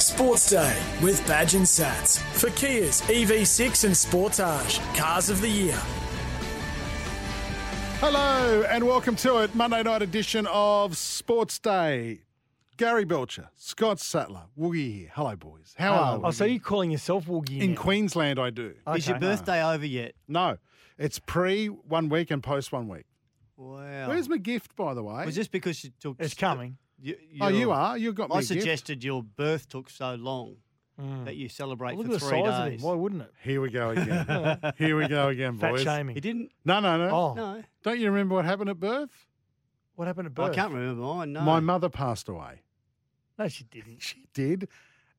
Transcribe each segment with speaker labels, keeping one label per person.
Speaker 1: Sports Day with Badge and Sats for Kia's EV6 and Sportage Cars of the Year.
Speaker 2: Hello and welcome to it, Monday night edition of Sports Day. Gary Belcher, Scott Sattler, Woogie here. Hello, boys. How are we?
Speaker 3: Oh, so you're calling yourself Woogie
Speaker 2: in
Speaker 3: now.
Speaker 2: Queensland, I do.
Speaker 4: Is your birthday over yet?
Speaker 2: No, it's pre one week and post one week.
Speaker 4: Wow.
Speaker 2: Where's my gift, by the way?
Speaker 4: Oh. Was this because you took?
Speaker 3: It's coming.
Speaker 4: You,
Speaker 2: oh, you
Speaker 4: your-
Speaker 2: are. You got me.
Speaker 4: I
Speaker 2: a gift.
Speaker 4: suggested your birth took so long that you celebrate
Speaker 3: Mm. Look
Speaker 4: for
Speaker 3: at the
Speaker 4: three
Speaker 3: size of him.
Speaker 4: days.
Speaker 3: Why wouldn't it?
Speaker 2: Here we go again. here we go again,
Speaker 3: Fat
Speaker 2: boys.
Speaker 3: shaming.
Speaker 4: He didn't.
Speaker 2: No, no, no.
Speaker 3: Oh,
Speaker 4: No,
Speaker 2: Don't you remember what happened at birth?
Speaker 3: what happened at birth?
Speaker 4: I can't remember mine. No.
Speaker 2: My mother passed away.
Speaker 3: No, she didn't.
Speaker 2: She did,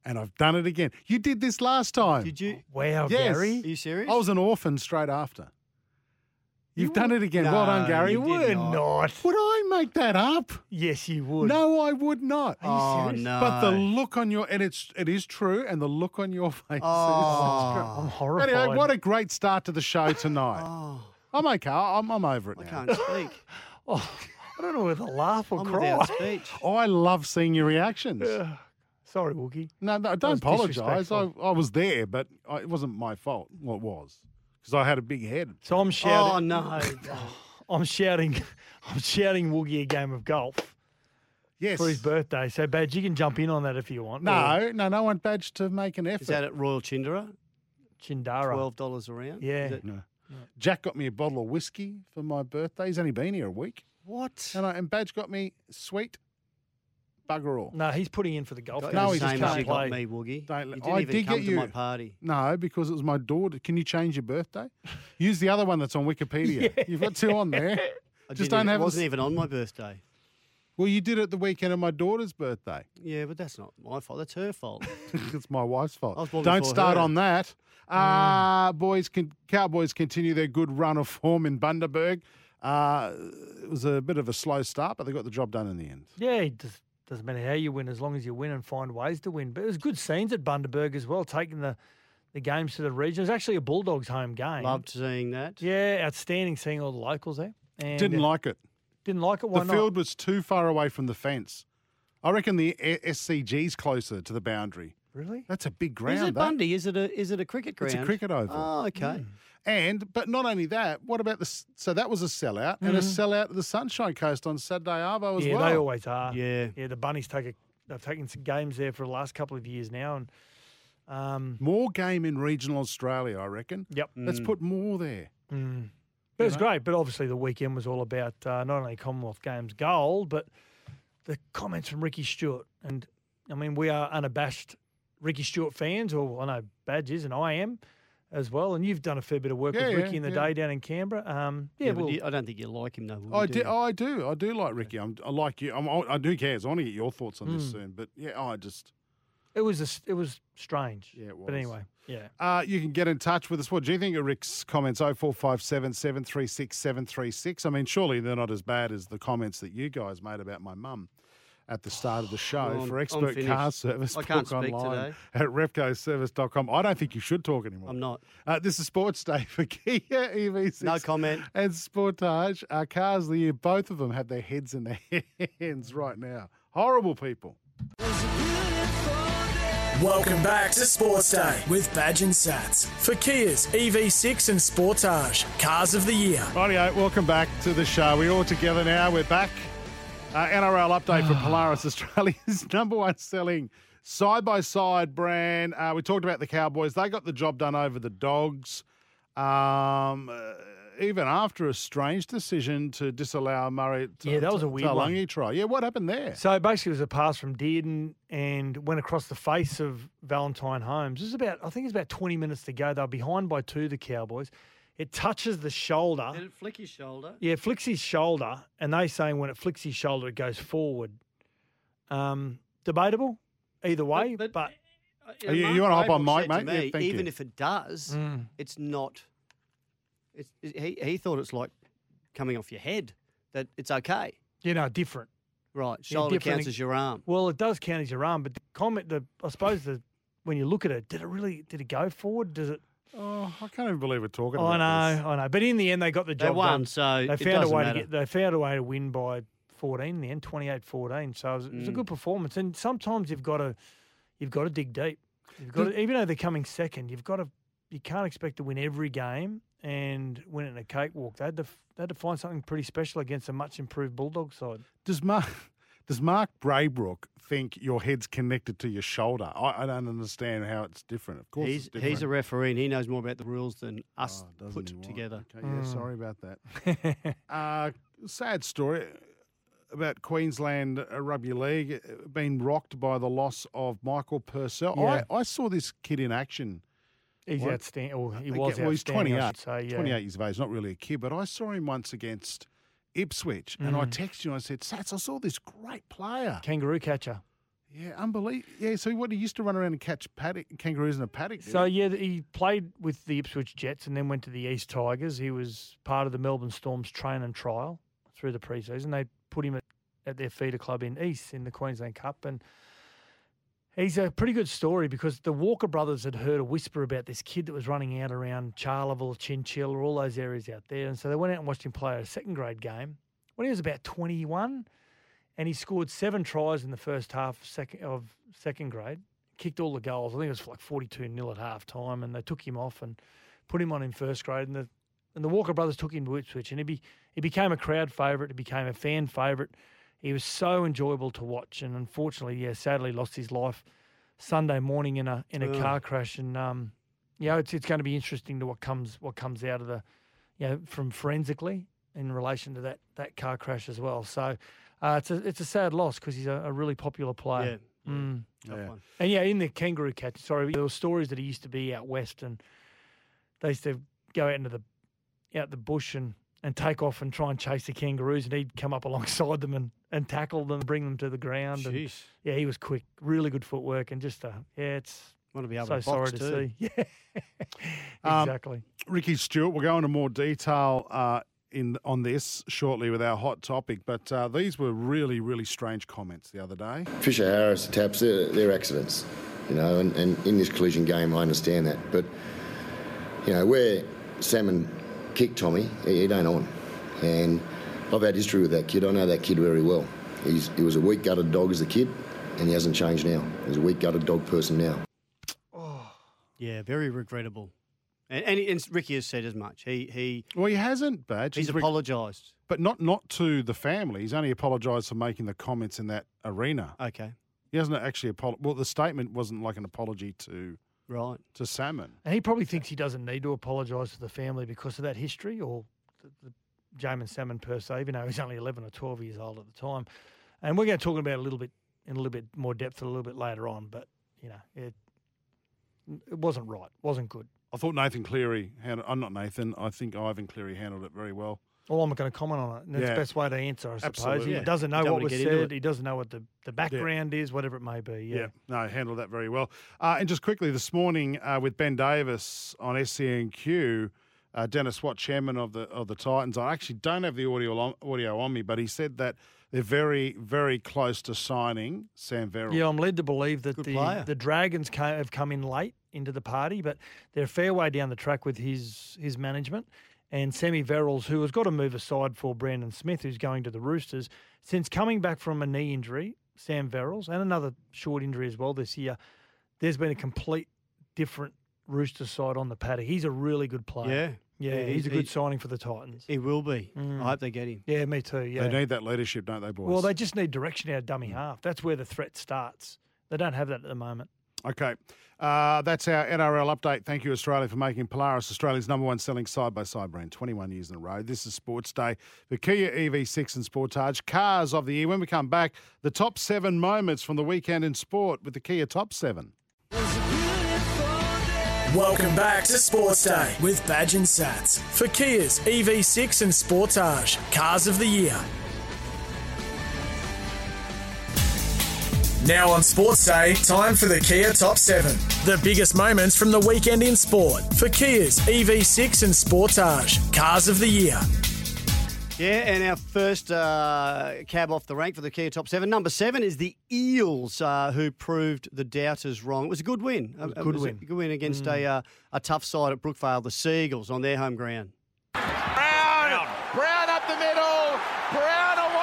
Speaker 2: and I've done it again. You did this last time.
Speaker 4: Did you?
Speaker 3: Oh,
Speaker 2: Yes.
Speaker 3: Wow,
Speaker 4: Are
Speaker 3: Gary.
Speaker 4: you serious?
Speaker 2: I was an orphan straight after. You've
Speaker 3: You
Speaker 2: done it again. well done,
Speaker 4: No,
Speaker 2: Gary.
Speaker 4: you
Speaker 2: Would
Speaker 4: did
Speaker 3: You're not.
Speaker 2: I make that up?
Speaker 3: Yes, you would.
Speaker 2: No, I would not.
Speaker 4: Oh no.
Speaker 2: But the look on your and it's it is true, and the look on your face
Speaker 3: I'm
Speaker 4: Oh,
Speaker 2: is
Speaker 3: horrified.
Speaker 2: anyway, what a great start to the show tonight.
Speaker 4: oh,
Speaker 2: I'm okay. I'm I'm over it
Speaker 4: I
Speaker 2: now.
Speaker 4: can't speak.
Speaker 3: Oh, I don't know whether to laugh or
Speaker 4: I'm
Speaker 3: cry.
Speaker 4: without speech.
Speaker 2: I love seeing your reactions.
Speaker 3: Ugh. Sorry, Woogie.
Speaker 2: No, no, don't
Speaker 3: was
Speaker 2: apologise. I,
Speaker 3: disrespectful.
Speaker 2: I was there, but I, it wasn't my fault. Well, it was because I had a big head.
Speaker 3: So I'm
Speaker 4: Oh
Speaker 3: shouting.
Speaker 4: no.
Speaker 3: I'm shouting. I'm shouting Woogie a game of golf
Speaker 2: Yes.
Speaker 3: for his birthday. So, Badge, you can jump in on that if you want. or
Speaker 2: No, no, no one badged to make an effort.
Speaker 4: Is that at Royal Chindera?
Speaker 3: Chindara.
Speaker 4: Twelve dollars a round.
Speaker 3: Yeah.
Speaker 4: Is it-
Speaker 2: No. Jack got me a bottle of whiskey for my birthday. He's only been here a week.
Speaker 4: What?
Speaker 2: And, I, and Badge got me sweet bugger all.
Speaker 3: no, he's putting in for the golf.
Speaker 4: Got
Speaker 3: game.
Speaker 4: you
Speaker 2: No,
Speaker 4: the
Speaker 2: he just
Speaker 4: same
Speaker 2: can't
Speaker 4: as you got
Speaker 3: play.
Speaker 4: me, Woogie.
Speaker 2: Don't
Speaker 4: you
Speaker 2: let-
Speaker 4: didn't
Speaker 2: I
Speaker 4: even
Speaker 2: did
Speaker 4: come
Speaker 2: get
Speaker 4: to my
Speaker 2: you.
Speaker 4: party.
Speaker 2: No, because it was my daughter. Can you change your birthday? Use the other one that's on Wikipedia. You've got two on there.
Speaker 4: I
Speaker 2: Just
Speaker 4: didn't
Speaker 2: don't have
Speaker 4: even- It
Speaker 2: the
Speaker 4: wasn't
Speaker 2: s-
Speaker 4: even on my birthday.
Speaker 2: Well, you did it the weekend of my daughter's birthday.
Speaker 4: Yeah, but that's not my fault. That's her fault.
Speaker 2: it's my wife's fault.
Speaker 4: I was born
Speaker 2: Don't
Speaker 4: before
Speaker 2: start
Speaker 4: her. Mm.
Speaker 2: on that. Ah, boys, con- Cowboys continue their good run of form in Bundaberg. Uh, it was a bit of a slow start, but they got the job done in the end.
Speaker 3: Yeah, it does, doesn't matter how you win, as long as you win and find ways to win. But it was good scenes at Bundaberg as well, taking the, the games to the region. It was actually a Bulldogs home game.
Speaker 4: Loved seeing that.
Speaker 3: Yeah, outstanding seeing all the locals there. And uh,
Speaker 2: Didn't
Speaker 4: uh,
Speaker 2: like it.
Speaker 3: didn't like it. Why
Speaker 2: the
Speaker 3: not?
Speaker 2: field was too far away from the fence. I reckon the A- SCG's closer to the boundary.
Speaker 3: really?
Speaker 2: That's a big ground.
Speaker 4: Is it
Speaker 2: that.
Speaker 4: Bundy? Is it a is it a cricket ground?
Speaker 2: It's a cricket oval.
Speaker 4: Oh, okay.
Speaker 2: And but not only that, what about the s- so that was a sellout and a sellout at the Sunshine Coast on Saturday Arvo as
Speaker 3: yeah,
Speaker 2: well.
Speaker 3: they always are.
Speaker 4: Yeah.
Speaker 3: yeah. The bunnies take a, they've taken some games there for the last couple of years now, and um,
Speaker 2: more game in regional Australia, I reckon.
Speaker 3: yep.
Speaker 2: Let's put more there.
Speaker 3: Mm. But it was great. But obviously, the weekend was all about uh, not only Commonwealth Games gold, but the comments from Ricky Stewart. And I mean, we are unabashed Ricky Stewart fans, or I know Badge is, and I am as well. And you've done a fair bit of work
Speaker 2: Yeah,
Speaker 3: with
Speaker 2: yeah,
Speaker 3: Ricky in the
Speaker 2: yeah.
Speaker 3: day down in Canberra. Um, yeah,
Speaker 4: Yeah, but
Speaker 3: well,
Speaker 4: you- I don't think you like him though. would
Speaker 2: I
Speaker 4: you,
Speaker 2: do,
Speaker 4: you?
Speaker 2: I do, I do like Ricky. I'm, I like you. I'm, I I do care. So I want to get your thoughts on this soon. But yeah, I just
Speaker 3: it was a s it was strange.
Speaker 2: Yeah, it was.
Speaker 3: But anyway, yeah.
Speaker 2: Uh, you can get in touch with us. What do you think of Rick's comments? Oh, 0457 736 736. I mean, surely they're not as bad as the comments that you guys made about my mum at the start of the show
Speaker 4: Well, I'm-
Speaker 2: for
Speaker 4: I'm
Speaker 2: expert
Speaker 4: finished.
Speaker 2: car service.
Speaker 4: I can't
Speaker 2: book
Speaker 4: speak
Speaker 2: online
Speaker 4: today.
Speaker 2: at repcoservice.com. I don't think you should talk anymore.
Speaker 4: I'm not.
Speaker 2: Uh, this is Sports Day for Kia EV6.
Speaker 4: No comment.
Speaker 2: And Sportage. Our cars of the year, both of them have their heads in their hands right now. Horrible people.
Speaker 1: Welcome back to Sports Day with Badge and Sats for Kia's EV6 and Sportage Cars of the Year.
Speaker 2: Rightio, welcome back to the show. We're all together now. We're back. Uh, NRL update
Speaker 3: Ah.
Speaker 2: for Polaris, Australia's number one selling side by side brand. Uh, we talked about the Cowboys. They got the job done over the Dogs. Um, uh, even after a strange decision to disallow Murray. To,
Speaker 3: Yeah, that was a
Speaker 2: to-
Speaker 3: weird
Speaker 2: to
Speaker 3: one.
Speaker 2: Lungi try. Yeah, what happened there?
Speaker 3: So basically, it was a pass from Dearden and went across the face of Valentine Holmes. It was about, I think it was about 20 minutes to go. They were behind by two, the Cowboys. It touches the shoulder.
Speaker 4: Did it flick his shoulder?
Speaker 3: Yeah, it flicks his shoulder, and they saying when it flicks his shoulder, it goes forward. Um, debatable, either way, but,
Speaker 4: but- Uh,
Speaker 2: Are Oh, you- you wanna hop on Mike, mate? Yeah, thank
Speaker 4: even
Speaker 2: you.
Speaker 4: if it does,
Speaker 3: Mm.
Speaker 4: it's not. It's, it- he, he thought it's like coming off your head, that it's okay.
Speaker 3: you know, different.
Speaker 4: Right. Shoulder
Speaker 3: different
Speaker 4: counts
Speaker 3: ag-
Speaker 4: as your arm.
Speaker 3: Well, it does count as your arm, but the comment, the I suppose the when you look at it, did it really did it go forward? Does it?
Speaker 2: Oh, I can't even believe we're talking
Speaker 3: Oh, I know,
Speaker 2: about this.
Speaker 3: I know. But in the end, they got the job
Speaker 4: They won,
Speaker 3: done.
Speaker 4: so
Speaker 3: They
Speaker 4: it
Speaker 3: found a
Speaker 4: doesn't
Speaker 3: way
Speaker 4: matter.
Speaker 3: to get. They found a way to win by 14 in the end, 28-14. So it was, it
Speaker 4: Mm.
Speaker 3: was a good performance. And sometimes you've got to, you've got to dig deep. You've got to, even though they're coming second, you've got to. You can't expect to win every game and win it in a cakewalk. They had to. f- They had to find something pretty special against a much improved Bulldog side.
Speaker 2: Does Mark does Mark Braybrook think your head's connected to your shoulder? I, I don't understand how it's different. Of course,
Speaker 4: He's,
Speaker 2: it's
Speaker 4: he's a
Speaker 2: different.
Speaker 4: referee and he knows more about the rules than us
Speaker 2: Oh, doesn't
Speaker 4: put
Speaker 2: he, right.
Speaker 4: together.
Speaker 2: Okay, yeah, sorry about that. uh, sad story about Queensland uh, Rugby League uh, being rocked by the loss of Michael Purcell.
Speaker 3: Yeah.
Speaker 2: I, I saw this kid in action.
Speaker 3: He's
Speaker 2: What?
Speaker 3: outstanding. Well, he
Speaker 2: Again,
Speaker 3: was
Speaker 2: well, he's
Speaker 3: outstanding.
Speaker 2: 28,
Speaker 3: I should say, yeah.
Speaker 2: 28 years of age, not really a kid, but I saw him once against Ipswich and
Speaker 3: Hmm.
Speaker 2: I texted you and I said, Sats, I saw this great player.
Speaker 3: Kangaroo catcher.
Speaker 2: Yeah, unbelievable. Yeah, so what, he used to run around and catch paddock, kangaroos in a paddock. did
Speaker 3: So
Speaker 2: he?
Speaker 3: yeah, th- he played with the Ipswich Jets and then went to the East Tigers. He was part of the Melbourne Storm's train and trial through the preseason. They put him at, at their feeder club in East in the Queensland Cup, and he's a pretty good story because the Walker brothers had heard a whisper about this kid that was running out around Charleville, Chinchilla, all those areas out there, and so they went out and watched him play a second grade game when he was about twenty-one, and he scored seven tries in the first half of second, of second grade kicked all the goals. I think it was like 42 nil at half time, and they took him off and put him on in first grade. And the and the Walker brothers took him to Ipswich, and he be, he became a crowd favourite. He became a fan favourite. He was so enjoyable to watch, and unfortunately, yeah, sadly, lost his life Sunday morning in a in a car crash. And um, you know, it's it's going to be interesting to what comes what comes out of the you know from forensically in relation to that that car crash as well. So. Uh, it's a it's a sad loss because he's a, a really popular player.
Speaker 4: Yeah.
Speaker 3: Mm.
Speaker 4: Tough one.
Speaker 3: And yeah, in the kangaroo catch, sorry, there were stories that he used to be out west and they used to go out into the out the bush and, and take off and try and chase the kangaroos and he'd come up alongside them and, and tackle them, bring them to the ground. And
Speaker 4: Jeez.
Speaker 3: yeah, he was quick, really good footwork and just uh yeah, it's
Speaker 4: Want to be able
Speaker 3: so
Speaker 4: to
Speaker 3: sorry
Speaker 4: box
Speaker 3: to
Speaker 4: too.
Speaker 3: see. Yeah.
Speaker 2: Um,
Speaker 3: exactly.
Speaker 2: Ricky Stewart. We'll go into more detail uh, in on this shortly with our hot topic, but uh, these were really, really strange comments the other day.
Speaker 5: Fisher Harris taps, they're, they're accidents, you know, and, and in this collision game, I understand that. But, you know, where Salmon kicked Tommy, he, he don't on. And I've had history with that kid. I know that kid very well. He's, he was a weak gutted dog as a kid, and he hasn't changed now. He's a weak gutted dog person now.
Speaker 4: Yeah, very regrettable. And, and, and Ricky has said as much. He he
Speaker 2: Well, he hasn't, Badge.
Speaker 4: he's
Speaker 2: rec-
Speaker 4: apologised.
Speaker 2: but not not to the family. He's only apologised for making the comments in that arena.
Speaker 4: Okay,
Speaker 2: He hasn't actually apologized. Well, the statement wasn't like an apology to
Speaker 4: right.
Speaker 2: to Salmon.
Speaker 3: And he probably thinks he doesn't need to apologise to the family because of that history or the, the Jamin Salmon per se, even though he's only 11 or 12 years old at the time. And we're going to talk about it a little bit in a little bit more depth a little bit later on, but you know, it it wasn't right, wasn't good.
Speaker 2: I thought Nathan Cleary handled. I'm not Nathan. I think Ivan Cleary handled it very well.
Speaker 3: Well, I'm not going to comment on it. And it's
Speaker 2: Yeah.
Speaker 3: the best way to answer, I suppose.
Speaker 2: Absolutely.
Speaker 3: He
Speaker 2: Yeah.
Speaker 3: doesn't know
Speaker 4: Don't
Speaker 3: what
Speaker 4: wanna
Speaker 3: was
Speaker 4: get into
Speaker 3: said.
Speaker 4: it.
Speaker 3: He doesn't know what the, the background is, whatever it may be. Yeah.
Speaker 2: Yeah, no, handled that very well. Uh, and just quickly this morning uh, with Ben Davis on SCNQ, uh, Dennis Watt, chairman of the of the Titans. I actually don't have the audio on, audio on me, but he said that they're very very close to signing Sam Verrill.
Speaker 3: Yeah, I'm led to believe that
Speaker 4: Good
Speaker 3: the,
Speaker 4: player.
Speaker 3: the Dragons ca- have come in late into the party, but they're a fair way down the track with his his management. And Sammy Verrills, who has got to move aside for Brandon Smith, who's going to the Roosters, since coming back from a knee injury, Sam Verrills, and another short injury as well this year, there's been a complete different Rooster side on the paddock. He's a really good player.
Speaker 4: Yeah.
Speaker 3: Yeah,
Speaker 4: Yeah,
Speaker 3: he's a
Speaker 4: he-
Speaker 3: good
Speaker 4: he-
Speaker 3: signing for the Titans.
Speaker 4: He will be. I hope they get him.
Speaker 3: Yeah, me too. Yeah.
Speaker 2: They need that leadership, don't they, boys?
Speaker 3: well, they just need direction out of dummy half. That's where the threat starts. They don't have that at the moment.
Speaker 2: Okay. Uh, that's our NRL update. Thank you, Australia, for making Polaris Australia's number one selling side by side brand 21 years in a row. This is Sports Day for Kia EV6 and Sportage. Cars of the year. When we come back, the top seven moments from the weekend in sport with the Kia Top Seven.
Speaker 1: Welcome back to Sports Day with Badge and Sats for Kia's EV6 and Sportage Cars of the Year. Now on Sports Day, time for the Kia Top 7. The biggest moments from the weekend in sport for Kia's EV6 and Sportage Cars of the Year.
Speaker 4: Yeah, and our first uh, cab off the rank for the Kia Top 7. Number 7 is the Eels, uh, who proved the doubters wrong. It was a good win. Uh, It was
Speaker 3: good win.
Speaker 4: a good win against a, uh, a tough side at Brookvale, the Seagulls, on their home ground.
Speaker 6: Brown. Brown up the middle. Brown away.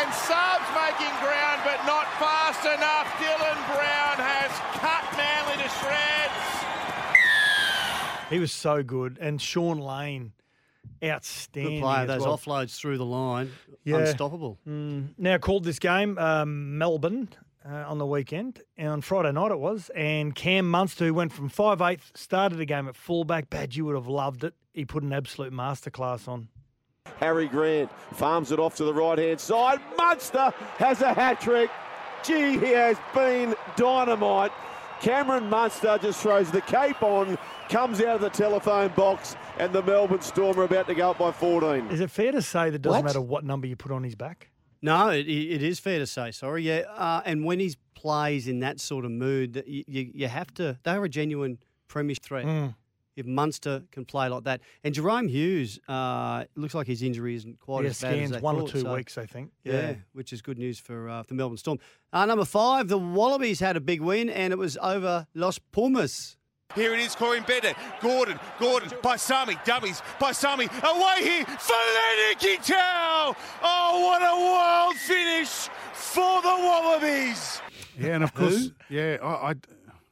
Speaker 6: And Saab's making ground, but not fast enough. Dylan Brown has cut Manly to shreds.
Speaker 3: He was so good. And Sean Lane, outstanding.
Speaker 4: Good player.
Speaker 3: as
Speaker 4: Those
Speaker 3: well.
Speaker 4: offloads through the line,
Speaker 3: Yeah.
Speaker 4: unstoppable.
Speaker 3: Now called this game um, Melbourne uh, on the weekend and on Friday night it was, and Cam Munster who went from five eighth started the game at fullback. Bad, you would have loved it. He put an absolute masterclass on.
Speaker 6: Harry Grant farms it off to the right hand side. Munster has a hat trick. Gee, he has been dynamite. Cameron Munster just throws the cape on, comes out of the telephone box, and the Melbourne Storm are about to go up by 14.
Speaker 3: Is it fair to say that it doesn't
Speaker 4: What?
Speaker 3: matter what number you put on his back?
Speaker 4: No, it, it is fair to say. Sorry, yeah. Uh, and when he plays in that sort of mood, that you, you, you have to. They're a genuine premiership threat.
Speaker 3: Hmm.
Speaker 4: If Munster can play like that, and Jerome Hughes uh, looks like his injury isn't quite
Speaker 3: yeah,
Speaker 4: as bad as
Speaker 3: scans
Speaker 4: they
Speaker 3: one or
Speaker 4: thought,
Speaker 3: two
Speaker 4: so-
Speaker 3: weeks, I think.
Speaker 4: Yeah. which is good news for uh, the Melbourne Storm. Uh, number five, the Wallabies had a big win, and it was over Los Pumas.
Speaker 6: Here it is, Corin Bennett. Gordon, Gordon, Baisami, dummies, Baisami, away here for Lenny Tao. Oh, what a wild finish for the Wallabies.
Speaker 2: Yeah, and of course, yeah, I, I,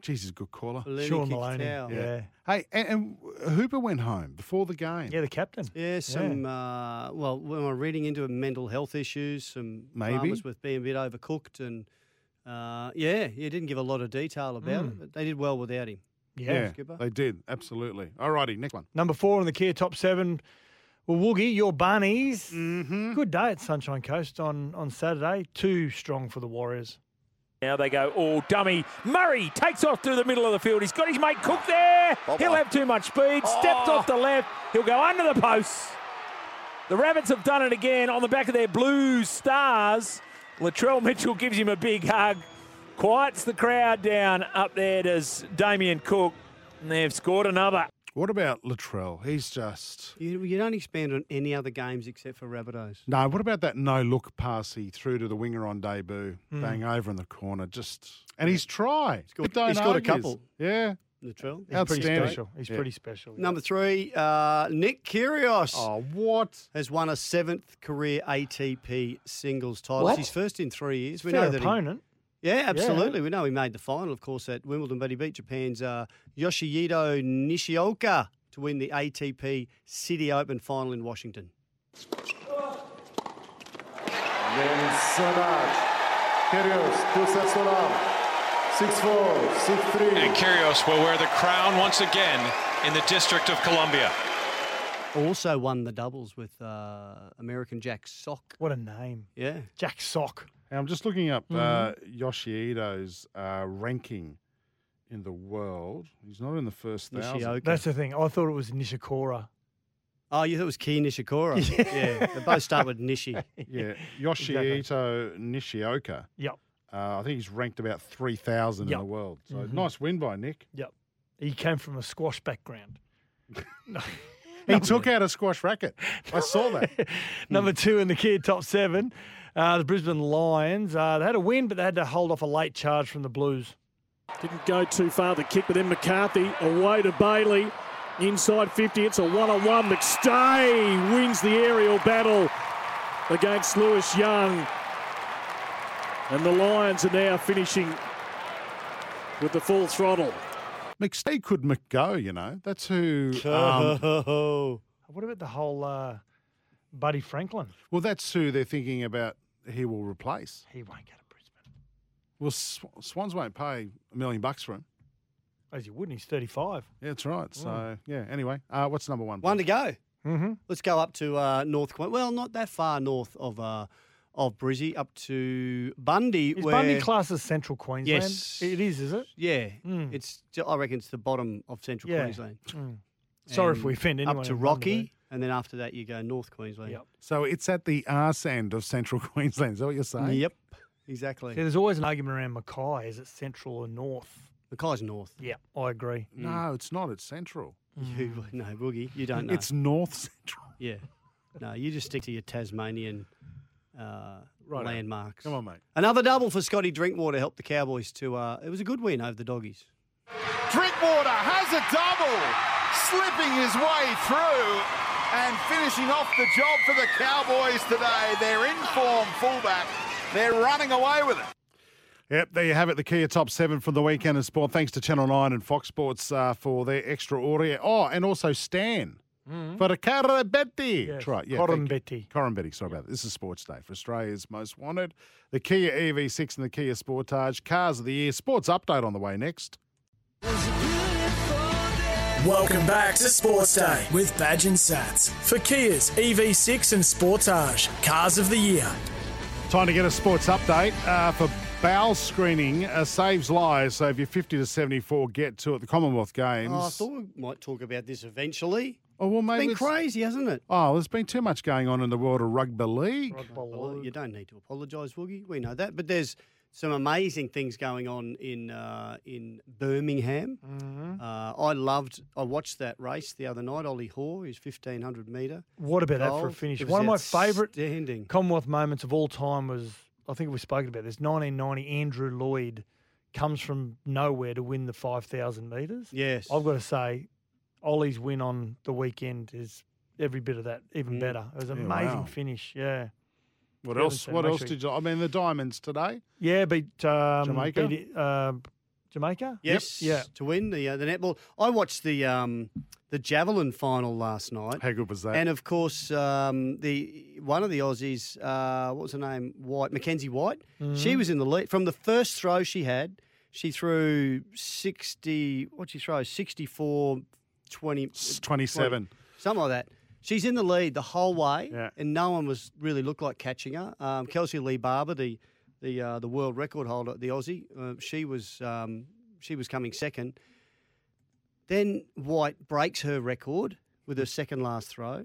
Speaker 2: geez, he's a good caller.
Speaker 3: Sean Maloney. Yeah.
Speaker 4: Yeah.
Speaker 3: yeah,
Speaker 2: Hey, and, and Hooper went home before the game.
Speaker 3: the captain.
Speaker 4: Yeah, some Uh, well, when we're reading into mental health issues, some
Speaker 2: Maybe.
Speaker 4: farmers with being a bit overcooked, and uh, yeah, he didn't give a lot of detail about it, but they did well without him.
Speaker 3: Yeah.
Speaker 2: yeah,
Speaker 4: Skipper.
Speaker 2: they did absolutely. All righty, next one.
Speaker 3: Number four in the Kia top seven. Well, Woogie, your bunnies. Mm-hmm. Good day at Sunshine Coast on on Saturday. Too strong for the Warriors.
Speaker 7: Now they go all dummy. Murray takes off through the middle of the field. He's got his mate Cook there. He'll have too much speed. Stepped off the left. He'll go under the post. The Rabbits have done it again on the back of their blue stars. Latrell Mitchell gives him a big hug. Quiets the crowd down up there does Damien Cook. And they've scored another.
Speaker 2: What about Latrell? He's just
Speaker 4: You, you don't expand on any other games except for Rabbitohs.
Speaker 2: no. What about that no look pass he threw to the winger on debut, bang over in the corner? Just and he's try.
Speaker 4: Hmm. Scored-
Speaker 2: Don't
Speaker 4: he scored a
Speaker 2: argue.
Speaker 4: couple.
Speaker 2: Yeah,
Speaker 4: Latrell.
Speaker 3: He's pretty
Speaker 2: Outstanding.
Speaker 3: special. He's
Speaker 2: Yeah.
Speaker 3: pretty special. yeah.
Speaker 4: Number three, uh, Nick Kyrgios
Speaker 2: Oh, what?
Speaker 4: has won a seventh career ATP singles title. It's
Speaker 7: What?
Speaker 4: his first in three years.
Speaker 3: Fair
Speaker 4: that he-
Speaker 3: opponent.
Speaker 4: Yeah, absolutely. We know he made the final, of course, at Wimbledon, but he beat Japan's uh, Yoshihito Nishioka to win the ATP City Open final in Washington.
Speaker 8: And Kyrgios will wear the crown once again in the District of Columbia.
Speaker 4: Also won the doubles with uh, American Jack Sock.
Speaker 3: What a name.
Speaker 4: Yeah.
Speaker 3: Jack Sock.
Speaker 2: Hey, I'm just looking up uh,
Speaker 4: Mm-hmm.
Speaker 2: Yoshihito's uh, ranking in the world. He's not in the first thousand.
Speaker 4: Nishioka.
Speaker 3: That's the thing. I thought it was Nishikora.
Speaker 4: oh, you thought it was Key Nishikora. Yeah. They both start with Nishi.
Speaker 2: Yeah, Yoshihito Nishioka.
Speaker 3: Yep.
Speaker 2: Uh, I think he's ranked about 3,000
Speaker 3: Yep.
Speaker 2: in the world. So nice win by Nick.
Speaker 3: Yep. He came from a squash background.
Speaker 2: He took out a squash racket. I saw that.
Speaker 3: Number two in the Kia top seven, uh, the Brisbane Lions. Uh, they had a win, but they had to hold off a late charge from the Blues.
Speaker 9: Didn't go too far, the kick, but then McCarthy away to Bailey. Inside 50, it's a one on one. McStay wins the aerial battle against Lewis Young. And the Lions are now finishing with the full throttle.
Speaker 2: McStay could McGo, you know. That's who. Um,
Speaker 4: Oh.
Speaker 3: What about the whole uh, Buddy Franklin?
Speaker 2: well, that's who they're thinking about he will replace.
Speaker 3: He won't go to Brisbane.
Speaker 2: Well, Sw- Swans won't pay a million bucks for him.
Speaker 3: As you wouldn't, he's 35.
Speaker 2: Yeah, that's right. So, yeah, anyway, uh, what's number one?
Speaker 4: One to go.
Speaker 3: Mm-hmm.
Speaker 4: Let's go up to uh, North Queen. Well, not that far north of uh, of Brizzy, up to Bundy.
Speaker 3: Is
Speaker 4: where,
Speaker 3: Bundy class as Central Queensland?
Speaker 4: Yes.
Speaker 3: It is, is it?
Speaker 4: Yeah, it's. I reckon it's the bottom of Central
Speaker 3: Hmm. Yeah.
Speaker 4: Queensland.
Speaker 3: Mm. Sorry if
Speaker 4: And
Speaker 3: we offend anyone.
Speaker 4: Up to
Speaker 3: in Bundy,
Speaker 4: Rocky, and then after that you go North Queensland.
Speaker 3: Yep.
Speaker 2: So it's at the arse end of central Queensland. Is that what you're saying?
Speaker 4: Yep.
Speaker 3: but-
Speaker 4: Exactly.
Speaker 3: See, there's always an argument around Mackay. Is it Central or North?
Speaker 4: Mackay's North.
Speaker 3: Yeah, I agree.
Speaker 2: No, it's not. It's central.
Speaker 3: Hmm.
Speaker 4: You no boogie. You Mm. don't know.
Speaker 2: It's north central.
Speaker 4: yeah. No, you just stick to your Tasmanian uh,
Speaker 2: Righto.
Speaker 4: landmarks.
Speaker 2: Come on, mate.
Speaker 4: Another double for Scotty Drinkwater helped the Cowboys to. Uh, it was a good win over the Doggies.
Speaker 10: Drinkwater has a double, slipping his way through and finishing off the job for the Cowboys today. They're in form fullback. They're running away with it.
Speaker 2: Yep, there you have it. The Kia top seven from the weekend in sport. Thanks to Channel 9 and Fox Sports uh, for their extra audio. Oh, and also Stan
Speaker 4: Mm-hmm.
Speaker 2: for the Carabetti.
Speaker 3: Yes,
Speaker 2: That's right. Yeah,
Speaker 3: Corumbetti.
Speaker 2: Corumbetti, sorry about that. This is Sports Day for Australia's Most Wanted. The Kia EV6 and the Kia Sportage. Cars of the Year. Sports update on the way next.
Speaker 1: Welcome back to Sports Day with Badge and Sats for Kia's EV6 and Sportage Cars of the Year.
Speaker 2: Time to get a sports update uh, for bowel screening uh, saves lives. So if you're 50 to 74, get to it. The Commonwealth Games.
Speaker 4: Oh, I thought we might talk about this eventually.
Speaker 2: Oh, well,
Speaker 4: It's
Speaker 2: maybe
Speaker 4: been
Speaker 2: it's-
Speaker 4: crazy, hasn't it?
Speaker 2: Oh, there's been too much going on in the world of rugby league.
Speaker 4: Well, you don't need to apologise, Woogie. We know that. But there's some amazing things going on in uh, in Birmingham.
Speaker 3: Mm-hmm.
Speaker 4: Uh, I loved. I watched that race the other night. Ollie Hoare, his 1500 metre.
Speaker 3: What about that for a
Speaker 4: gold.
Speaker 3: finish?
Speaker 4: It
Speaker 3: One of my
Speaker 4: was
Speaker 3: favourite
Speaker 4: outstanding.
Speaker 3: Commonwealth moments of all time was, I think we've spoken about this, 1990 Andrew Lloyd comes from nowhere to win the 5,000 metres.
Speaker 4: Yes.
Speaker 3: I've got to say, Ollie's win on the weekend is every bit of that, even better. It was an
Speaker 2: Mm. Yeah,
Speaker 3: amazing
Speaker 2: wow.
Speaker 3: finish, yeah.
Speaker 2: What
Speaker 3: Yeah,
Speaker 2: else?
Speaker 3: so
Speaker 2: What
Speaker 3: make
Speaker 2: else
Speaker 3: sure you-
Speaker 2: did you? I mean, the diamonds today.
Speaker 3: Yeah, beat um,
Speaker 2: Jamaica?
Speaker 3: beat, uh, Jamaica?
Speaker 4: Yes.
Speaker 3: Yeah.
Speaker 4: To win the uh, the netball. I watched the um, the javelin final last night.
Speaker 2: How good was that?
Speaker 4: And of course, um, the one of the Aussies, uh, what was her name? White, Mackenzie White.
Speaker 2: Mm-hmm.
Speaker 4: She was in the lead from the first throw she had. She threw sixty. What she throw? 64, 20,
Speaker 2: S- 27.
Speaker 4: something like that. She's in the lead the whole way,
Speaker 2: Yeah.
Speaker 4: and no one was really looked like catching her. Um, Kelsey Lee Barber, the the uh, the world record holder, the Aussie, uh, she was um, she was coming second. Then White breaks her record with her second last throw.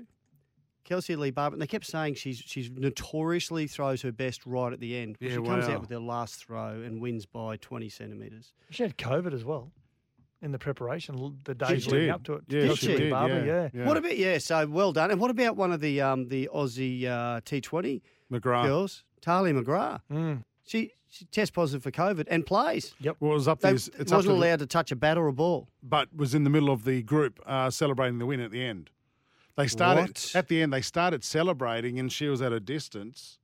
Speaker 4: Kelsey Lee Barber, and they kept saying she's she's notoriously throws her best right at the end. 'cause
Speaker 2: Yeah,
Speaker 4: she comes
Speaker 2: wow.
Speaker 4: out with her last throw and wins by 20 centimetres.
Speaker 3: She had COVID as well in the preparation, l- the
Speaker 2: She
Speaker 3: days leading
Speaker 2: did.
Speaker 3: up to it.
Speaker 2: Yeah,
Speaker 4: Did
Speaker 2: she
Speaker 4: she?
Speaker 2: did,
Speaker 3: Barber,
Speaker 2: yeah,
Speaker 3: yeah.
Speaker 2: yeah.
Speaker 4: What about, yeah, so well done. And what about one of the um, the Aussie uh, T20
Speaker 2: McGrath.
Speaker 4: girls, Tali McGrath?
Speaker 3: Mm.
Speaker 4: She, she tests positive for COVID and plays.
Speaker 2: Well, it was up
Speaker 4: They
Speaker 2: there.
Speaker 4: wasn't
Speaker 2: It's up to the-
Speaker 4: allowed to touch a bat or a ball.
Speaker 2: but was in the middle of the group uh, celebrating the win at the end. They started
Speaker 4: What?
Speaker 2: at the end. They started celebrating, and she was at a distance,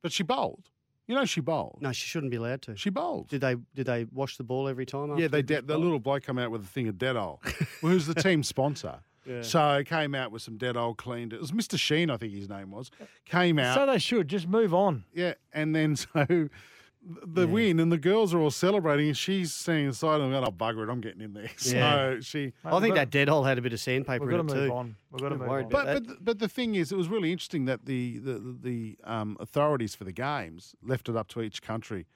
Speaker 2: but she bowled. You know, she bowled.
Speaker 4: No, she shouldn't be allowed to.
Speaker 2: She bowled.
Speaker 4: Did they did they wash the ball every time?
Speaker 2: Yeah,
Speaker 4: after
Speaker 2: they
Speaker 4: it was
Speaker 2: de- the
Speaker 4: bowled?
Speaker 2: little bloke come out with a thing of Dettol, well, who's the team sponsor. So he came out with some Dettol cleaned. It was Mr. Sheen, I think his name was. Came out.
Speaker 3: So they should just move on.
Speaker 2: Yeah, and then so th- the win, and the girls are all celebrating, and she's standing aside and going, "Oh bugger it, I'm getting in there." So
Speaker 4: Yeah.
Speaker 2: she.
Speaker 4: I think
Speaker 3: Mate,
Speaker 4: that dead hole had a bit of sandpaper
Speaker 3: We've
Speaker 4: in
Speaker 3: got
Speaker 4: it
Speaker 3: to move
Speaker 4: too.
Speaker 3: on. We've got to
Speaker 4: Don't
Speaker 3: move
Speaker 4: worry
Speaker 3: on.
Speaker 4: about
Speaker 2: But
Speaker 4: that-
Speaker 2: but, th- but the thing is, it was really interesting that the the the um, authorities for the games left it up to each country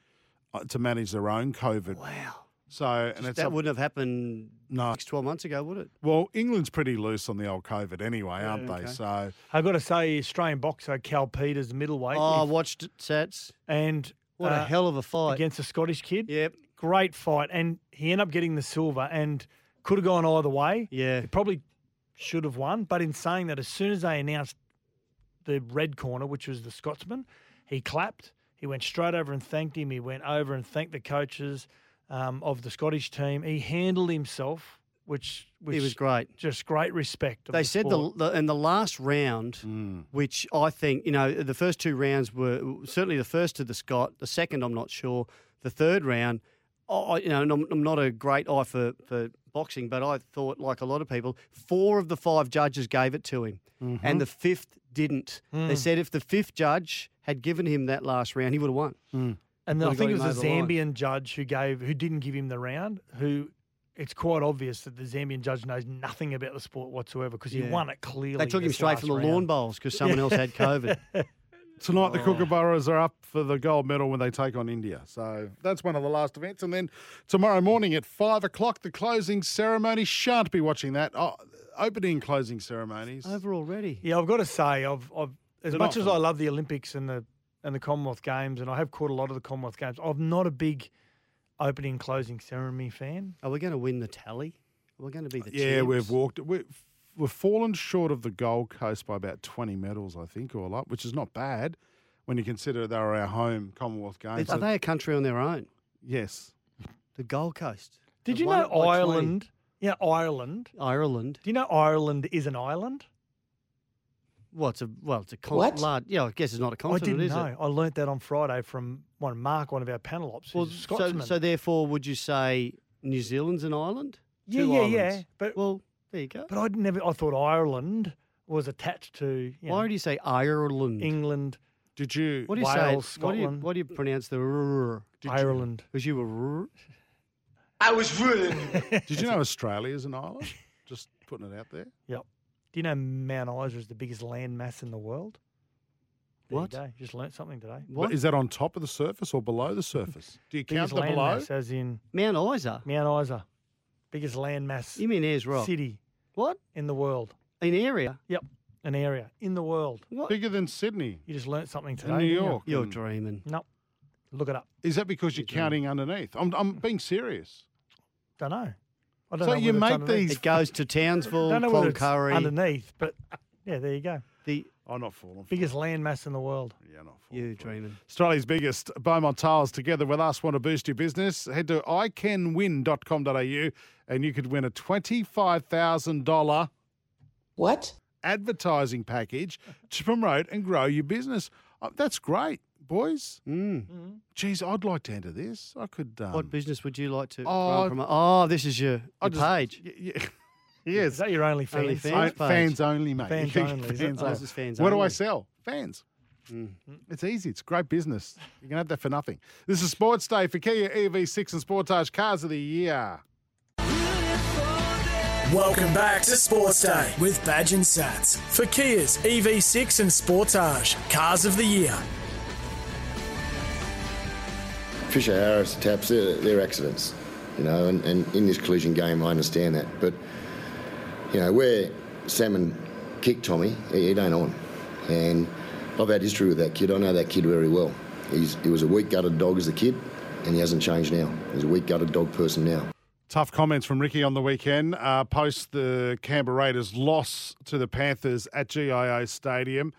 Speaker 2: uh, to manage their own COVID.
Speaker 4: Wow.
Speaker 2: So and
Speaker 4: Just-
Speaker 2: it's
Speaker 4: that
Speaker 2: up-
Speaker 4: wouldn't have happened
Speaker 2: No.
Speaker 4: six, 12 months ago, would it?
Speaker 2: well, England's pretty loose on the old COVID anyway, aren't they?
Speaker 4: okay.
Speaker 2: So
Speaker 3: I've got to say, Australian boxer Cal Peters, middleweight,
Speaker 4: Oh, I
Speaker 3: if-
Speaker 4: watched it, Sats.
Speaker 3: and
Speaker 4: What
Speaker 3: uh,
Speaker 4: a hell of a fight.
Speaker 3: against a Scottish kid.
Speaker 4: Yep.
Speaker 3: Great fight, and he ended up getting the silver, and could have gone either way.
Speaker 4: Yeah.
Speaker 3: He probably should have won, but in saying that, as soon as they announced the red corner, which was the Scotsman, he clapped. He went straight over and thanked him. He went over and thanked the coaches um, of the Scottish team. He handled himself, which, which
Speaker 4: It was great.
Speaker 3: Just great respect. Of
Speaker 4: They
Speaker 3: the
Speaker 4: said
Speaker 3: sport. Mm.
Speaker 4: the, the in the last round, which I think you know, the first two rounds were certainly the first to the Scot. The second, I'm not sure. The third round, I I- you know, and I'm, I'm not a great eye for for boxing, but I thought, like a lot of people, four of the five judges gave it to him,
Speaker 3: Mm-hmm.
Speaker 4: and the
Speaker 3: Mm.
Speaker 4: fifth didn't. They said if the fifth judge had given him that last round, he would have won.
Speaker 3: And then I
Speaker 4: Would've
Speaker 3: think it
Speaker 4: got
Speaker 3: was a
Speaker 4: him over the
Speaker 3: Zambian judge who gave who didn't give him the round. Who it's quite obvious that the Zambian judge knows nothing about the sport whatsoever because he
Speaker 4: Yeah.
Speaker 3: won it clearly.
Speaker 4: They took him
Speaker 3: this
Speaker 4: straight from the
Speaker 3: last
Speaker 4: lawn
Speaker 3: round.
Speaker 4: bowls because someone
Speaker 3: Yeah.
Speaker 4: else had COVID.
Speaker 2: Tonight, the Kookaburras are up for the gold medal when they take on India. So that's one of the last events. And then tomorrow morning at five o'clock, the closing ceremony. Shan't be watching that. Oh, opening and closing ceremonies.
Speaker 4: Over already.
Speaker 3: Yeah, I've got to say, I've, I've
Speaker 2: They're
Speaker 3: as
Speaker 2: not
Speaker 3: much as
Speaker 2: fun.
Speaker 3: I love the Olympics and the and the Commonwealth Games, and I have caught a lot of the Commonwealth Games. I'm not a big opening and closing ceremony fan.
Speaker 4: Are we going to win the tally? We're going to be the
Speaker 2: yeah, we've
Speaker 4: champs.
Speaker 2: walked. We've, we've fallen short of the Gold Coast by about 20 medals, I think, all up, which is not bad when you consider they were our home Commonwealth Games.
Speaker 4: It's- Are they a country on their own?
Speaker 2: Yes.
Speaker 4: The Gold Coast.
Speaker 3: Did
Speaker 4: They've
Speaker 3: you
Speaker 4: won
Speaker 3: know
Speaker 4: it by 20.
Speaker 3: Ireland? Yeah, Ireland.
Speaker 4: Ireland.
Speaker 3: Do you know Ireland is an island?
Speaker 4: Well, it's a well, it's a con-
Speaker 3: What?
Speaker 4: large. Yeah, I guess it's not
Speaker 3: I
Speaker 4: a continent,
Speaker 3: didn't
Speaker 4: is
Speaker 3: know.
Speaker 4: it?
Speaker 3: I learnt that on Friday from one Mark, one of our panel ops, who's
Speaker 4: Well,
Speaker 3: a
Speaker 4: so,
Speaker 3: Scotsman.
Speaker 4: so therefore, would you say New Zealand's an island?
Speaker 3: yeah,
Speaker 4: Two
Speaker 3: yeah, yeah.
Speaker 4: islands.
Speaker 3: But
Speaker 4: well, there you go.
Speaker 3: But I'd never. I thought Ireland was attached to. You
Speaker 4: Why
Speaker 3: know,
Speaker 4: do you say Ireland?
Speaker 3: England.
Speaker 2: Did you?
Speaker 4: What do you
Speaker 3: Wales,
Speaker 4: say? What do you,
Speaker 3: Scotland.
Speaker 4: what do you pronounce the r?
Speaker 3: Ireland.
Speaker 4: Because you were. r-
Speaker 10: I was ruling.
Speaker 2: Did you know Australia is an island? Just putting it out there.
Speaker 3: Yep. Do you know Mount Isa is the biggest landmass in the world? There
Speaker 2: What?
Speaker 3: You, go. You just learnt something today.
Speaker 2: What? Is that on top of the surface or below the surface? Do you count
Speaker 3: biggest
Speaker 2: the below?
Speaker 3: landmass, as in
Speaker 4: Mount Isa.
Speaker 3: Mount Isa, biggest landmass
Speaker 4: You mean Ayers Rock?
Speaker 3: city
Speaker 4: What?
Speaker 3: in the world.
Speaker 4: An area?
Speaker 3: Yep, an area in the world.
Speaker 4: What?
Speaker 2: Bigger than Sydney
Speaker 3: You just learnt something today.
Speaker 2: and New
Speaker 3: didn't you?
Speaker 2: York.
Speaker 4: You're
Speaker 2: and-
Speaker 4: dreaming.
Speaker 3: Nope. Look it up.
Speaker 2: Is that because you're counting underneath? I'm, I'm being serious.
Speaker 3: Don't know. I don't
Speaker 2: So
Speaker 3: know
Speaker 2: you
Speaker 3: whether it's
Speaker 2: make
Speaker 3: underneath.
Speaker 2: these-
Speaker 4: It goes to
Speaker 3: I
Speaker 4: Townsville,
Speaker 3: don't know whether it's
Speaker 4: Cloncurry.
Speaker 3: underneath, but yeah, there you go.
Speaker 4: The
Speaker 2: I'm not falling. For
Speaker 3: Biggest landmass in the world.
Speaker 2: Yeah, not falling.
Speaker 4: you dreaming.
Speaker 2: Australia's biggest Beaumont Tiles together with us want to boost your business. Head to iCanWin.com.au and you could win a $25,000
Speaker 11: What?
Speaker 2: advertising package to promote and grow your business. Oh, that's great, boys.
Speaker 4: Mm.
Speaker 2: Geez, I'd like to enter this. I could. Um,
Speaker 4: What business would you like to?
Speaker 2: Oh,
Speaker 4: Oh, promote? oh this is your,
Speaker 2: I
Speaker 4: your
Speaker 2: just-
Speaker 4: page.
Speaker 2: um, y- y- yes.
Speaker 3: Is that your only fan?
Speaker 4: Only
Speaker 2: I-
Speaker 4: fans page.
Speaker 2: fans only, mate.
Speaker 3: Fans
Speaker 2: You
Speaker 3: only, is it?
Speaker 4: Oh, this is fans
Speaker 2: what do I
Speaker 4: only. Mm.
Speaker 2: sell? Fans. It's easy. It's great business. You can have that for nothing. This is Sports Day for Kia EV6 and Sportage Cars of the Year.
Speaker 1: Welcome back to Sports Day with Badge and Sats for Kia's EV6 and Sportage Cars of the Year.
Speaker 5: Fisher Harris taps, they're, they're accidents, you know, and, and in this collision game, I understand that. But, you know, where Salmon kicked Tommy, he, he don't on. And I've had history with that kid. I know that kid very well. He's, he was a weak gutted dog as a kid, and he hasn't changed now. He's a weak gutted dog person now.
Speaker 2: Tough comments from Ricky on the weekend. Uh, post the Canberra Raiders' loss to the Panthers at GIO Stadium.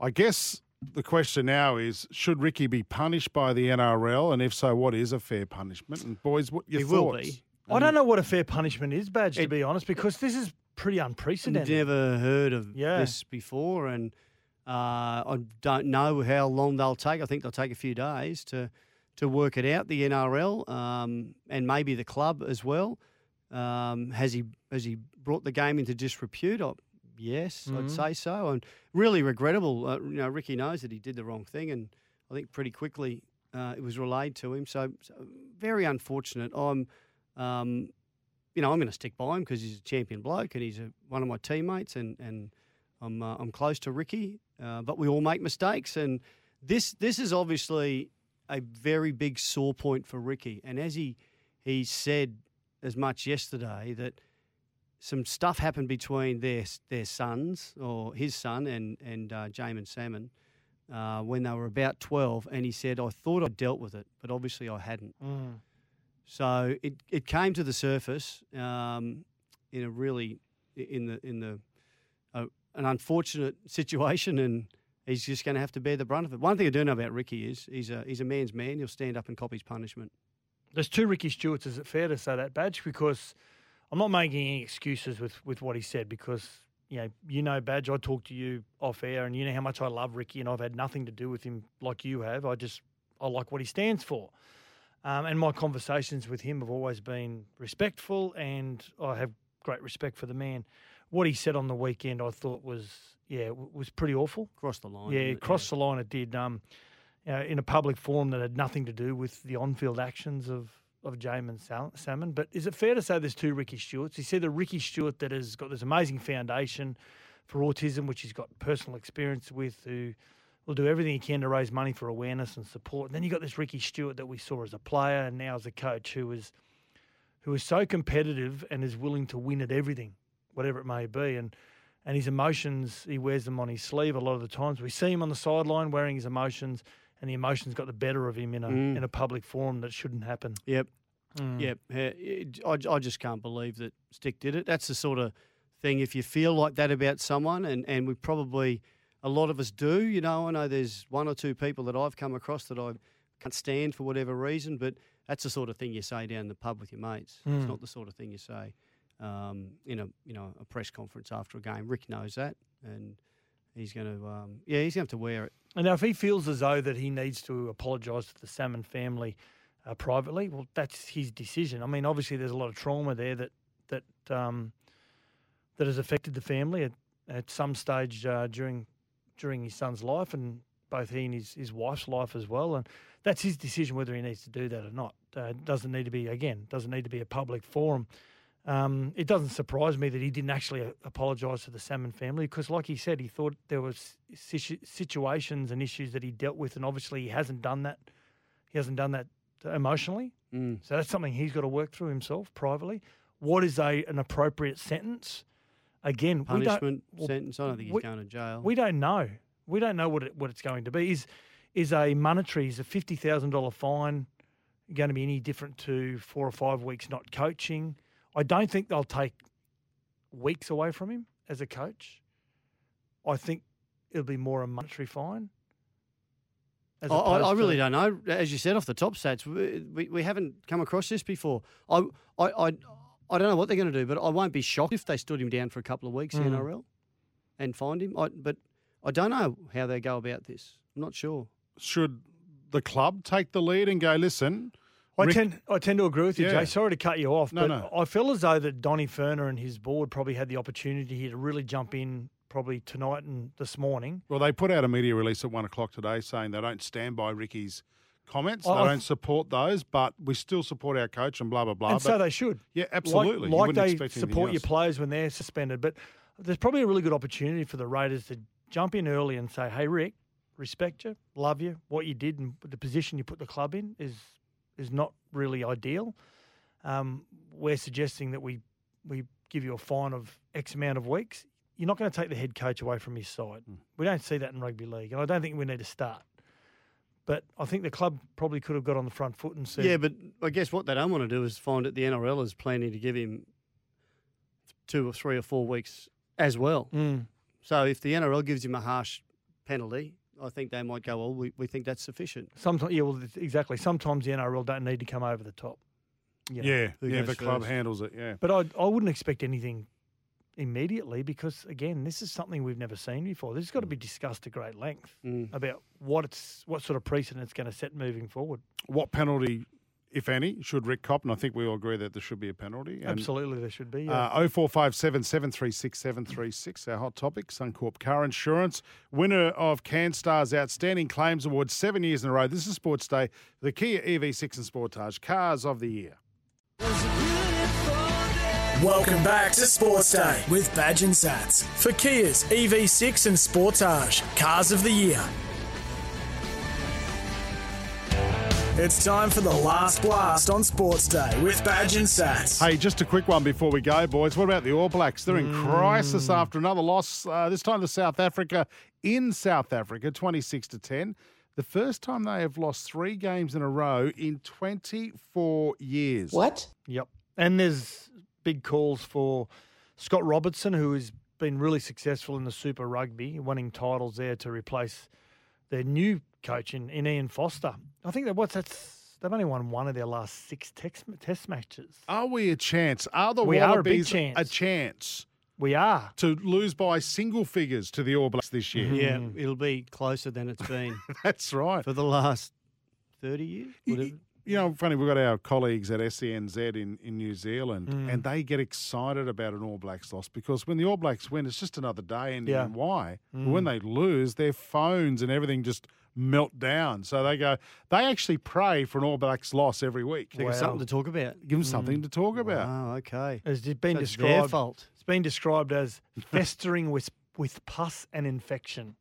Speaker 2: I guess the question now is should Ricky be punished by the NRL? And if so, what is a fair punishment? And, boys, what your
Speaker 4: He
Speaker 2: thoughts?
Speaker 4: will be.
Speaker 3: I don't know what a fair punishment is, Badge, to be honest, because this is pretty unprecedented.
Speaker 4: Never heard of
Speaker 3: Yeah.
Speaker 4: this before, and uh, I don't know how long they'll take. I think they'll take a few days to to work it out. The NRL um, and maybe the club as well. Um, has he has he brought the game into disrepute? I, yes, I'd say so, and really regrettable. Uh, you know, Ricky knows that he did the wrong thing, and I think pretty quickly uh, it was relayed to him. So, so very unfortunate. I'm. Um, you know, I'm going to stick by him because he's a champion bloke and he's a, one of my teammates, and and I'm uh, I'm close to Ricky, uh, but we all make mistakes, and this this is obviously a very big sore point for Ricky, and as he he said as much yesterday that some stuff happened between their their sons or his son and and uh, Jamin Salmon uh, when they were about twelve, and he said I thought I dealt with it, but obviously I hadn't.
Speaker 3: Mm.
Speaker 4: So it, it came to the surface um, in a really in the in the uh, an unfortunate situation, and he's just going to have to bear the brunt of it. One thing I do know about Ricky is he's a he's a man's man. He'll stand up and cop his punishment.
Speaker 3: There's two Ricky Stewarts. Is it fair to say that, Badge? Because I'm not making any excuses with, with what he said because, you know, you know, Badge, I talk to you off air and you know how much I love Ricky and I've had nothing to do with him like you have. I just, I like what he stands for. Um, and my conversations with him have always been respectful and I have great respect for the man. What he said on the weekend, I thought was, yeah, w- was pretty awful.
Speaker 4: Cross the line.
Speaker 3: Yeah,
Speaker 4: didn't
Speaker 3: it
Speaker 4: it?
Speaker 3: crossed the line. It did. Um, you know, in a public forum that had nothing to do with the on-field actions of of Jamin Sal- Salmon. But is it fair to say there's two Ricky Stewarts? You see the Ricky Stewart that has got this amazing foundation for autism, which he's got personal experience with, who will do everything he can to raise money for awareness and support. And then you got this Ricky Stewart that we saw as a player and now as a coach, who is who is so competitive and is willing to win at everything, whatever it may be, and. And his emotions, he wears them on his sleeve a lot of the times. We see him on the sideline wearing his emotions, and the emotions got the better of him in a
Speaker 4: Mm.
Speaker 3: in a public forum that shouldn't happen.
Speaker 4: Yep.
Speaker 3: Mm.
Speaker 4: Yep. Uh, it- I, I just can't believe that Stick did it. That's the sort of thing, if you feel like that about someone, and, and we probably, a lot of us do, you know, I know there's one or two people that I've come across that I can't stand for whatever reason, but that's the sort of thing you say down the pub with your mates.
Speaker 12: Mm.
Speaker 4: It's not the sort of thing you say um, in a you know a press conference after a game. Rick knows that, and he's going to um, yeah he's going to have to wear it.
Speaker 3: And now, if he feels as though that he needs to apologise to the Salmon family uh, privately, well, that's his decision. I mean, obviously, there's a lot of trauma there that that um, that has affected the family at, at some stage uh, during during his son's life and both he and his, his wife's life as well. And that's his decision whether he needs to do that or not. Uh, it doesn't need to be again. Doesn't need to be a public forum. Um, it doesn't surprise me that he didn't actually uh, apologise to the Salmon family because, like he said, he thought there was situ- situations and issues that he dealt with, and obviously he hasn't done that. He hasn't done that emotionally,
Speaker 4: Mm.
Speaker 3: so that's something he's got to work through himself privately. What is a an appropriate sentence? Again,
Speaker 4: Punishment
Speaker 3: we don't, well,
Speaker 4: sentence. I don't think he's
Speaker 3: we-
Speaker 4: going to jail.
Speaker 3: we don't know. We don't know what it, what it's going to be. Is is a monetary? Is a fifty thousand dollar fine going to be any different to four or five weeks not coaching? I don't think they'll take weeks away from him as a coach. I think it'll be more a monetary fine. as
Speaker 4: I, I, I
Speaker 3: opposed
Speaker 4: really
Speaker 3: to-
Speaker 4: don't know. As you said off the top stats, we, we, we haven't come across this before. I, I, I, I don't know what they're going to do, but I won't be shocked if they stood him down for a couple of weeks
Speaker 3: Mm.
Speaker 4: in NRL and fined him. I, but I don't know how they go about this. I'm not sure.
Speaker 2: Should the club take the lead and go, listen?
Speaker 3: I tend I tend to agree with you,
Speaker 2: Yeah.
Speaker 3: Jay. Sorry to cut you off,
Speaker 2: No,
Speaker 3: but
Speaker 2: no.
Speaker 3: I feel as though that Donny Ferner and his board probably had the opportunity here to really jump in probably tonight and this morning
Speaker 2: Well, they put out a media release at one o'clock today saying they don't stand by Ricky's comments.
Speaker 3: I-
Speaker 2: they
Speaker 3: Oh, I
Speaker 2: don't support those, but we still support our coach and blah blah blah.
Speaker 3: and so
Speaker 2: But-
Speaker 3: they should.
Speaker 2: Yeah,
Speaker 3: Like-
Speaker 2: absolutely. You
Speaker 3: Like,
Speaker 2: wouldn't
Speaker 3: they
Speaker 2: expect anything
Speaker 3: support your
Speaker 2: else.
Speaker 3: players when they're suspended. But there's probably a really good opportunity for the Raiders to jump in early and say, "Hey, Rick, respect you, love you. What you did and the position you put the club in is is not really ideal. Um, we're suggesting that we we give you a fine of X amount of weeks. You're not going to take the head coach away from his side.
Speaker 2: Hmm.
Speaker 3: We don't see that in rugby league, and I don't think we need to start. But I think the club probably could have got on the front foot and said,
Speaker 4: yeah, but I guess what they don't want to do is find that the NRL is planning to give him two or three or four weeks as well.
Speaker 3: Mm.
Speaker 4: So if the NRL gives him a harsh penalty, I think they might go, well, we, we think that's sufficient.
Speaker 3: Sometimes, yeah, well, th- exactly. Sometimes the NRL don't need to come over the top. you know.
Speaker 2: yeah,
Speaker 4: Who
Speaker 2: yeah,
Speaker 4: goes
Speaker 2: the club
Speaker 4: first?
Speaker 2: handles it. Yeah,
Speaker 3: But I, I wouldn't expect anything immediately because, again, this is something we've never seen before. This has got to be
Speaker 2: Mm.
Speaker 3: discussed at great length about what it's what sort of precedent it's going to set moving forward.
Speaker 2: what penalty, if any, should Rick cop? And I think we all agree that there should be a penalty. And,
Speaker 3: Absolutely, there should be. yeah.
Speaker 2: Uh, 0457 736 736, our hot topic, Suncorp Car Insurance, winner of CanStar's Outstanding Claims Award seven years in a row. This is Sports Day, the Kia EV6 and Sportage, Cars of the Year.
Speaker 1: Welcome back to Sports Day with Badge and Sats for Kia's EV6 and Sportage Cars of the Year. It's time for the last blast on Sports Day with Badge and Sats.
Speaker 2: Hey, just a quick one before we go, boys. What about the All Blacks? They're in crisis after another loss. Uh, this time to South Africa in South Africa, twenty-six to ten. The first time they have lost three games in a row in twenty-four years.
Speaker 3: What? Yep. And there's big calls for Scott Robertson, who has been really successful in the Super Rugby, winning titles there to replace their new coach in, in Ian Foster. I think that what's that's they've only won one of their last six text, test matches.
Speaker 4: Ah.
Speaker 2: Are we a chance? Are the
Speaker 3: We are a big
Speaker 2: Wallabies
Speaker 3: chance.
Speaker 2: a chance?
Speaker 3: We are
Speaker 2: to lose by single figures to the All Blacks this year.
Speaker 4: Yeah, it'll be closer than it's been.
Speaker 2: That's right.
Speaker 4: For the last 30 years? Whatever.
Speaker 2: You know, funny, we've got our colleagues at SENZ in, in New Zealand,
Speaker 4: Mm.
Speaker 2: and they get excited about an All Blacks loss because when the All Blacks win, it's just another day, and,
Speaker 3: Yeah.
Speaker 2: and why? But
Speaker 3: Mm.
Speaker 2: When they lose, their phones and everything just melt down. So they go, they actually pray for an All Blacks loss every week.
Speaker 4: They got something to talk about.
Speaker 2: Give them something
Speaker 3: mm.
Speaker 2: to talk about.
Speaker 4: Oh, okay.
Speaker 3: It's just been
Speaker 4: So it's their
Speaker 3: described.
Speaker 4: fault.
Speaker 3: It's been described as festering with with pus and infection.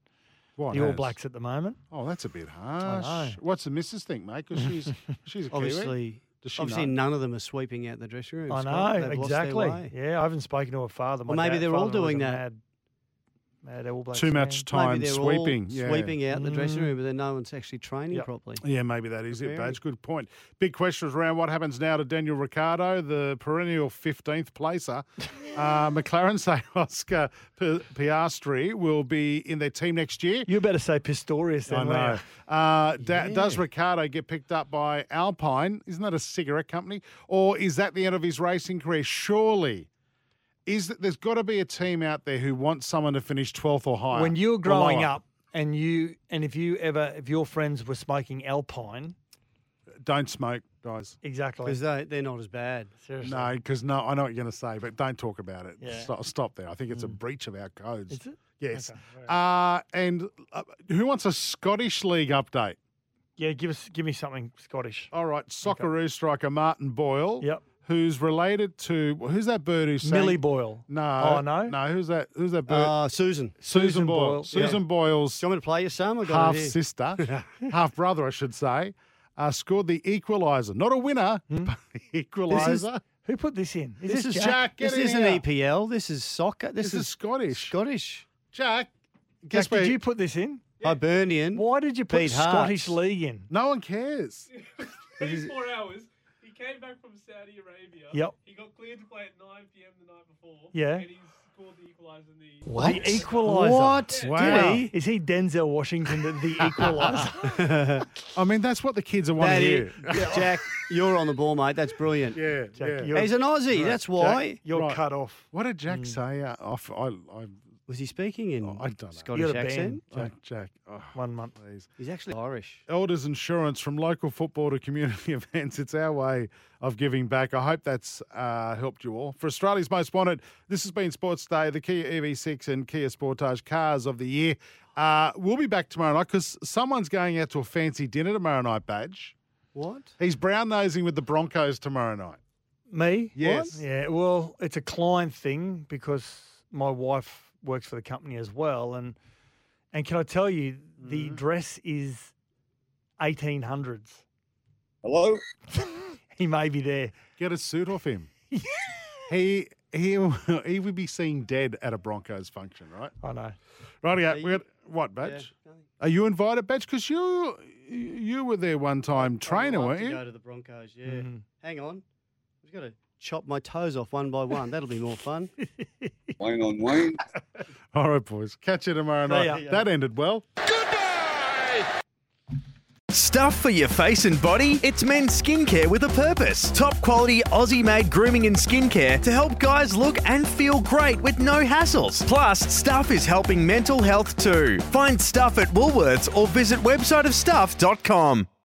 Speaker 2: What
Speaker 3: the All
Speaker 2: has?
Speaker 3: Blacks at the moment.
Speaker 2: Oh, that's a bit
Speaker 3: I
Speaker 2: harsh.
Speaker 3: know.
Speaker 2: What's the missus think, mate? Because she's she's a Kiwi.
Speaker 4: Obviously,
Speaker 2: Does she
Speaker 4: obviously
Speaker 2: know?
Speaker 4: none of them are sweeping out the dressing room.
Speaker 3: I
Speaker 4: Scott.
Speaker 3: know
Speaker 4: They've lost their
Speaker 3: exactly.
Speaker 4: way.
Speaker 3: Yeah, I haven't spoken to her father.
Speaker 4: Or
Speaker 3: My
Speaker 4: maybe
Speaker 3: dad-
Speaker 4: they're all
Speaker 3: father-in-law was
Speaker 4: doing
Speaker 3: a
Speaker 4: that.
Speaker 3: Mad, mad All Blacks
Speaker 2: Too
Speaker 3: fan.
Speaker 2: much time
Speaker 4: maybe they're
Speaker 2: sweeping.
Speaker 4: all
Speaker 2: yeah.
Speaker 4: sweeping out the dressing
Speaker 3: Mm.
Speaker 4: room, but then no one's actually training
Speaker 3: Yep.
Speaker 4: properly.
Speaker 2: Yeah, maybe that is it,
Speaker 4: Very.
Speaker 2: Badge. Good point. Big question was around what happens now to Daniel Ricciardo, the perennial 15th placer. uh, McLaren say Oscar P- Piastri will be in their team next year.
Speaker 3: You better say Pistorius then.
Speaker 2: I
Speaker 3: won't
Speaker 2: know.
Speaker 3: you?
Speaker 2: Uh, da- Does Ricardo get picked up by Alpine? Isn't that a cigarette company? Or is that the end of his racing career? Surely. Is that there's got to be a team out there who wants someone to finish 12th or higher?
Speaker 3: When you
Speaker 2: or
Speaker 3: were growing
Speaker 2: lower.
Speaker 3: up, and you and if you ever if your friends were smoking Alpine,
Speaker 2: don't smoke, guys.
Speaker 3: exactly.
Speaker 4: Because they, they're not as bad.
Speaker 3: Seriously.
Speaker 2: No, because no, I know what you're going to say, but don't talk about it.
Speaker 3: Yeah. Hmm.
Speaker 2: Stop, stop there. I think it's a breach of our codes.
Speaker 3: Is it?
Speaker 2: Yes.
Speaker 3: Okay,
Speaker 2: Uh, and uh, who wants a Scottish league update?
Speaker 3: Yeah, give us give me something Scottish.
Speaker 2: All right, Socceroo striker Martin Boyle.
Speaker 3: Yep.
Speaker 2: Who's related to well, who's that bird who sang?
Speaker 3: Millie Boyle.
Speaker 2: No.
Speaker 3: Oh, no?
Speaker 2: No. Who's that? Who's that bird?
Speaker 4: Uh, Susan,
Speaker 2: Susan,
Speaker 3: Susan
Speaker 2: Boyle.
Speaker 3: Boyle, yeah.
Speaker 2: Susan Boyle's
Speaker 4: do you want me to play you some? I got
Speaker 2: half
Speaker 4: it here.
Speaker 2: sister, half brother, I should say, uh, scored the equaliser. Not a winner, but the equaliser.
Speaker 3: Who put this in? Is E
Speaker 2: This
Speaker 3: Hmm?
Speaker 2: is
Speaker 3: this, Jack?
Speaker 2: Jack. Get
Speaker 4: This
Speaker 2: in
Speaker 4: isn't
Speaker 2: here.
Speaker 4: EPL. This is soccer. This,
Speaker 2: This is Scottish.
Speaker 4: Scottish.
Speaker 2: Jack,
Speaker 3: Jack,
Speaker 2: guess where?
Speaker 3: did you put this in?
Speaker 4: Hibernian.
Speaker 3: Why did you put
Speaker 4: Beat Hearts.
Speaker 3: Scottish League in?
Speaker 2: no one cares.
Speaker 12: Four hours. He came back from Saudi Arabia.
Speaker 3: Yep.
Speaker 12: He got cleared to play at 9 p.m. the night before.
Speaker 3: Yeah.
Speaker 12: And he scored the equaliser in the.
Speaker 4: What?
Speaker 3: The equaliser.
Speaker 4: What?
Speaker 2: Wow.
Speaker 4: Did he?
Speaker 3: Is he Denzel Washington, the, the equaliser?
Speaker 2: I mean, that's what the kids are
Speaker 4: That
Speaker 2: wanting to hear.
Speaker 4: is- Jack, you're on the ball, mate. That's brilliant.
Speaker 2: Yeah,
Speaker 3: Jack,
Speaker 2: yeah.
Speaker 3: you're-
Speaker 4: He's an Aussie. That's why.
Speaker 3: You're
Speaker 2: Right.
Speaker 3: cut off.
Speaker 2: What did Jack say? Uh, off, I, I,
Speaker 4: Was he speaking in
Speaker 2: Oh, I don't know.
Speaker 4: Scottish
Speaker 3: You're a
Speaker 4: accent?
Speaker 2: Jack, Jack. Oh,
Speaker 3: One month.
Speaker 2: please.
Speaker 4: He's actually Irish.
Speaker 2: Elders Insurance from local football to community events. It's our way of giving back. I hope that's uh, helped you all. For Australia's Most Wanted, this has been Sports Day, the Kia EV6 and Kia Sportage Cars of the Year. Uh, we'll be back tomorrow night because someone's going out to a fancy dinner tomorrow night, Badge.
Speaker 4: What?
Speaker 2: He's brown nosing with the Broncos tomorrow night.
Speaker 3: Me?
Speaker 2: Yes.
Speaker 3: Yeah. Well, it's a client thing because my wife works for the company as well, and and can I tell you the
Speaker 2: Mm-hmm.
Speaker 3: dress is eighteen hundreds.
Speaker 6: Hello?
Speaker 3: He may be there.
Speaker 2: Get a suit off him. he he he would be seen dead at a Broncos function, right?
Speaker 3: I know.
Speaker 2: Right, yeah. We got, what, Badge?
Speaker 4: Yeah.
Speaker 2: Are you invited, Badge? Because you you were there one time, trainer,
Speaker 4: I'd love
Speaker 2: weren't
Speaker 4: to
Speaker 2: you?
Speaker 4: Go to the Broncos. Yeah. Hang on. I've got to chop my toes off one by one. That'll be more fun.
Speaker 12: Wayne on Wayne.
Speaker 2: All right, boys. Catch you tomorrow night.
Speaker 3: ya.
Speaker 2: That ended well.
Speaker 13: Stuff for your face and body? It's men's skincare with a purpose. Top quality Aussie made grooming and skincare to help guys look and feel great with no hassles. Plus, Stuff is helping mental health too. Find Stuff at Woolworths or visit websiteofstuff.com.